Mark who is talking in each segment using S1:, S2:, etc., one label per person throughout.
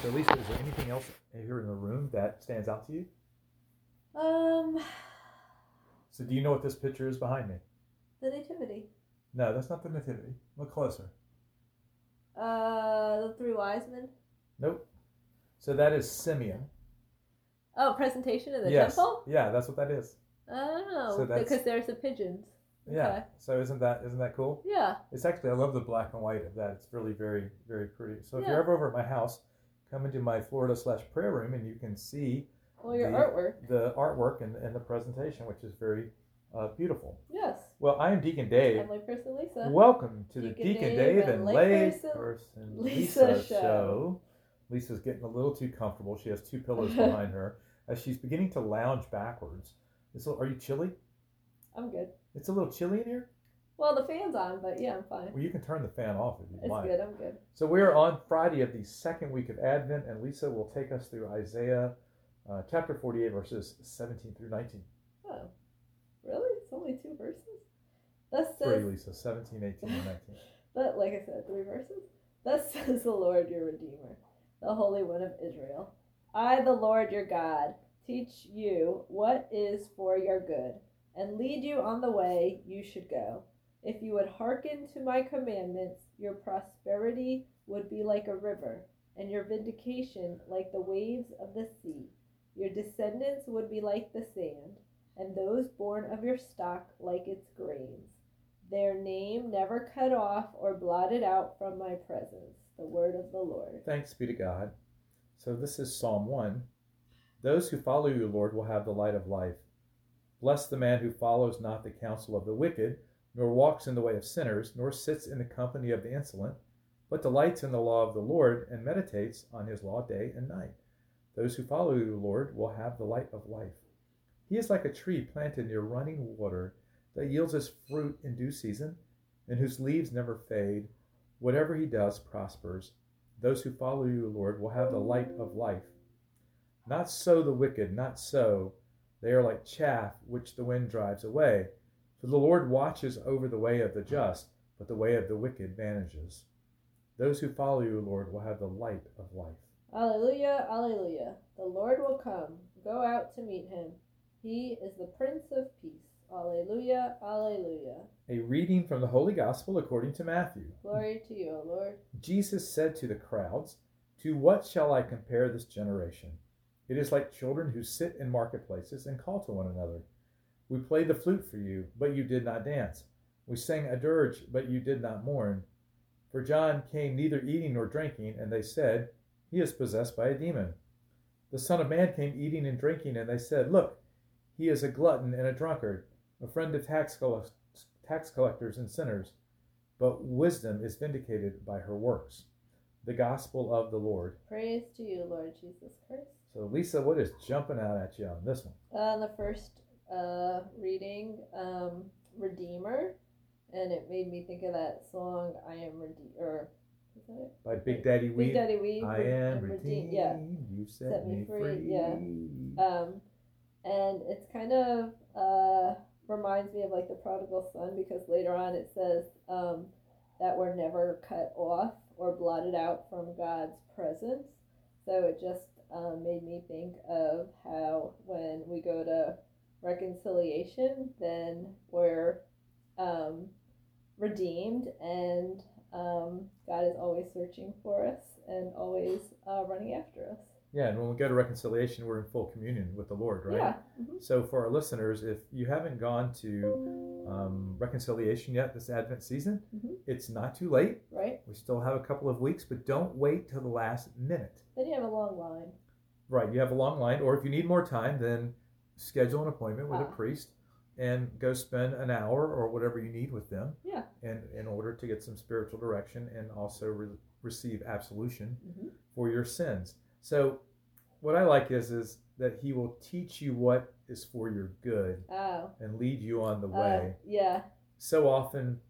S1: So Lisa, is there anything else here in the room that stands out to you?
S2: Um,
S1: So do you know what this picture is behind me?
S2: the nativity.
S1: No, that's not the nativity. Look closer.
S2: Uh, the three wise men.
S1: Nope. So that is Simeon.
S2: Oh, presentation of the
S1: yes.
S2: temple.
S1: Yeah, that's what that is.
S2: Oh,
S1: So that's-
S2: because there's the pigeons.
S1: Yeah.
S2: Okay.
S1: So isn't that isn't that cool?
S2: Yeah.
S1: It's actually I love the black and white of that. It's really very very pretty. So if
S2: Yeah.
S1: you're ever over at my house, come into my Florida slash prayer room and you can see
S2: Well, your
S1: The-
S2: artwork.
S1: the artwork and, and the presentation, which is very uh, beautiful.
S2: Yes.
S1: Well, I am Deacon Dave.
S2: I'm like person Lisa.
S1: Welcome to the
S2: Deacon
S1: Deacon
S2: Dave
S1: Dave and
S2: and Layperson
S1: Layperson
S2: Lisa
S1: Lisa,
S2: show.
S1: show. Lisa's getting a little too comfortable. She has two pillows behind her as she's beginning to lounge backwards. This will, are you chilly?
S2: I'm good.
S1: It's a little chilly in here.
S2: Well, the fan's on, but yeah, I'm fine.
S1: Well, you can turn the fan off if you
S2: It's
S1: like.
S2: good. I'm good.
S1: So we are on Friday of the second week of Advent, and Lisa will take us through Isaiah uh, chapter 48, verses 17 through 19.
S2: Oh, really? It's only two verses. Thus
S1: Three,
S2: says,
S1: Lisa, 17, 18, and 19.
S2: but like I said, three verses. Thus says the Lord your Redeemer, the Holy One of Israel. I, the Lord your God, teach you what is for your good, and lead you on the way you should go. If you would hearken to my commandments, your prosperity would be like a river, and your vindication like the waves of the sea. Your descendants would be like the sand, and those born of your stock like its grains. Their name never cut off or blotted out from my presence. The word of the Lord.
S1: Thanks be to God. So this is Psalm 1. Those who follow you, Lord, will have the light of life. Bless the man who follows not the counsel of the wicked, nor walks in the way of sinners, nor sits in the company of the insolent, but delights in the law of the Lord and meditates on his law day and night. Those who follow you, Lord, will have the light of life. He is like a tree planted near running water that yields its fruit in due season and whose leaves never fade. Whatever he does prospers. Those who follow you, Lord, will have the light of life. Not so the wicked, not so. They are like chaff which the wind drives away. For the Lord watches over the way of the just, but the way of the wicked vanishes. Those who follow you, Lord, will have the light of life.
S2: Alleluia, alleluia. The Lord will come. Go out to meet him. He is the Prince of Peace. Alleluia, alleluia.
S1: A reading from the Holy Gospel according to Matthew.
S2: Glory to you, O Lord.
S1: Jesus said to the crowds, To what shall I compare this generation? It is like children who sit in marketplaces and call to one another. We played the flute for you, but you did not dance. We sang a dirge, but you did not mourn. For John came neither eating nor drinking, and they said, He is possessed by a demon. The Son of Man came eating and drinking, and they said, Look, he is a glutton and a drunkard, a friend of tax, collect- tax collectors and sinners but wisdom is vindicated by her works. The gospel of the Lord.
S2: Praise to you, Lord Jesus Christ.
S1: So, Lisa, what is jumping out at you on this one?
S2: Uh, the first uh, reading, um, Redeemer, and it made me think of that song, I Am Redeemed, or is that it?
S1: By Big Daddy
S2: Big
S1: Weed.
S2: Daddy Weed.
S1: I am
S2: Redeem-
S1: redeemed.
S2: Yeah.
S1: You set, me free.
S2: yeah. Um, and it's kind of uh, reminds me of like the prodigal son because later on it says um, that we're never cut off or blotted out from God's presence. So it just um, made me think of how when we go to reconciliation, then we're um, redeemed and um, God is always searching for us and always uh, running after us.
S1: Yeah, and when we go to reconciliation, we're in full communion with the Lord, right?
S2: Yeah. Mhm.
S1: So, for our listeners, if you haven't gone to um, reconciliation yet this Advent season,
S2: Mhm.
S1: it's not too late.
S2: right?
S1: We still have a couple of weeks, but don't wait till the last minute.
S2: Then you have a long line.
S1: Right, you have a long line, or if you need more time, then schedule an appointment with a
S2: Ah.
S1: priest and go spend an hour or whatever you need with them.
S2: Yeah.
S1: And in order to get some spiritual direction and also re- receive absolution
S2: Mhm.
S1: for your sins. So, what I like is is that he will teach you what is for your good
S2: Oh,
S1: and lead you on the
S2: uh,
S1: way.
S2: yeah,
S1: So often,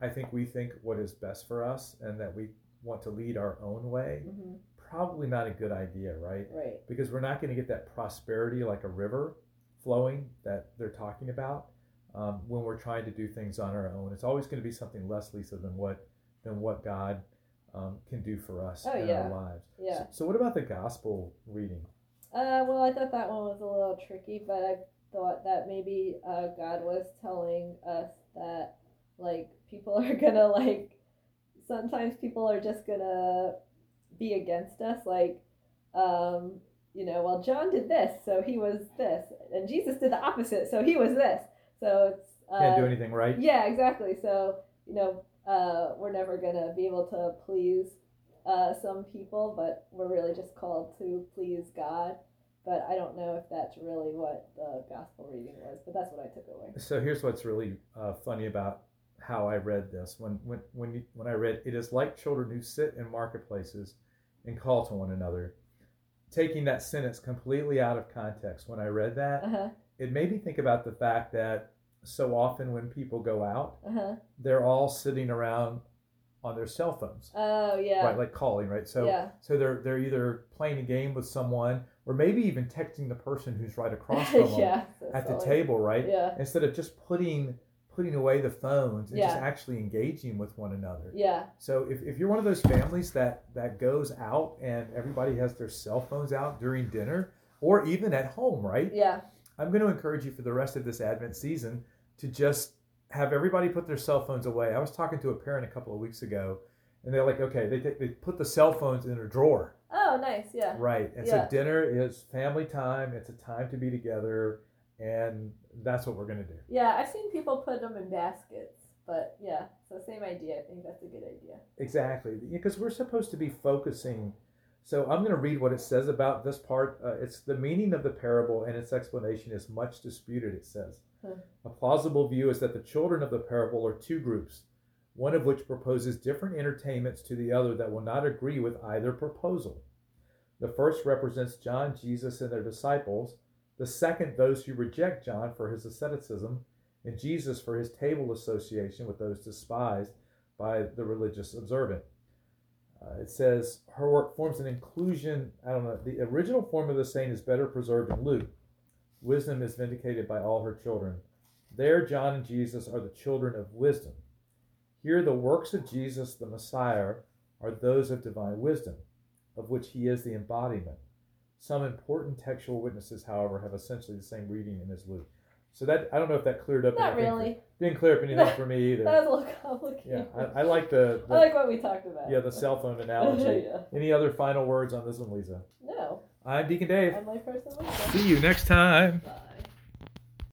S1: I think we think what is best for us and that we want to lead our own way.
S2: hmm
S1: Probably not a good idea, right?
S2: right.
S1: because we're not going to get that prosperity like a river flowing that they're talking about um, when we're trying to do things on our own. It's always going to be something less, Lisa, than what than what God um, can do for us
S2: Oh,
S1: in
S2: yeah.
S1: our lives.
S2: Yeah.
S1: So, so what about the gospel reading?
S2: Uh, well, I thought that one was a little tricky, but I thought that maybe uh, God was telling us that like people are gonna like sometimes people are just gonna be against us, like um, you know, well John did this, so he was this, and Jesus did the opposite, so he was this. So it's uh,
S1: Can't do anything right.
S2: yeah, exactly. So, you know, uh, we're never going to be able to please uh, some people, but we're really just called to please God. But I don't know if that's really what the gospel reading was, but that's what I took away.
S1: So here's what's really uh, funny about how I read this. When when when you, when I read, it is like children who sit in marketplaces and call to one another. Taking that sentence completely out of context, when I read that,
S2: Uh-huh,
S1: it made me think about the fact that so often when people go out,
S2: uh-huh.
S1: they're all sitting around on their cell phones,
S2: Oh, yeah.
S1: right? Like calling, right? So
S2: yeah.
S1: so they're they're either playing a game with someone or maybe even texting the person who's right across from them
S2: yeah. so
S1: at the
S2: silly.
S1: table, right?
S2: Yeah.
S1: instead of just putting putting away the phones and just
S2: Yeah.
S1: actually engaging with one another.
S2: Yeah.
S1: So if, if you're one of those families that that goes out and everybody has their cell phones out during dinner or even at home, right?
S2: Yeah.
S1: I'm going to encourage you for the rest of this Advent season to just have everybody put their cell phones away. I was talking to a parent a couple of weeks ago and they're like, okay, they, take, they put the cell phones in a drawer.
S2: Oh, nice. Yeah.
S1: Right. And
S2: Yeah.
S1: so dinner is family time. It's a time to be together. And that's what we're going to do.
S2: Yeah. I've seen people put them in baskets, but yeah. So, same idea. I think that's a good idea.
S1: Exactly, because we're supposed to be focusing. So I'm going to read what it says about this part. Uh, it's the meaning of the parable and its explanation is much disputed, it says.
S2: Hmm.
S1: A plausible view is that the children of the parable are two groups, one of which proposes different entertainments to the other that will not agree with either proposal. The first represents John, Jesus, and their disciples, the second, those who reject John for his asceticism, and Jesus for his table association with those despised by the religious observant. Uh, it says her work forms an inclusion. I don't know. The original form of the saying is better preserved in Luke. Wisdom is vindicated by all her children. There, John and Jesus are the children of wisdom. Here, the works of Jesus, the Messiah, are those of divine wisdom, of which he is the embodiment. Some important textual witnesses, however, have essentially the same reading in as Luke. So that I don't know if that cleared up.
S2: Not
S1: anything.
S2: really.
S1: Didn't clear up anything for me either.
S2: That was a little complicated.
S1: Yeah, I, I like the, the
S2: I like what we talked about.
S1: yeah the cell phone analogy.
S2: Yeah.
S1: Any other final words on this one, Lisa?
S2: No,
S1: I'm Deacon Dave.
S2: I'm my person.
S1: See you next time.
S2: Bye.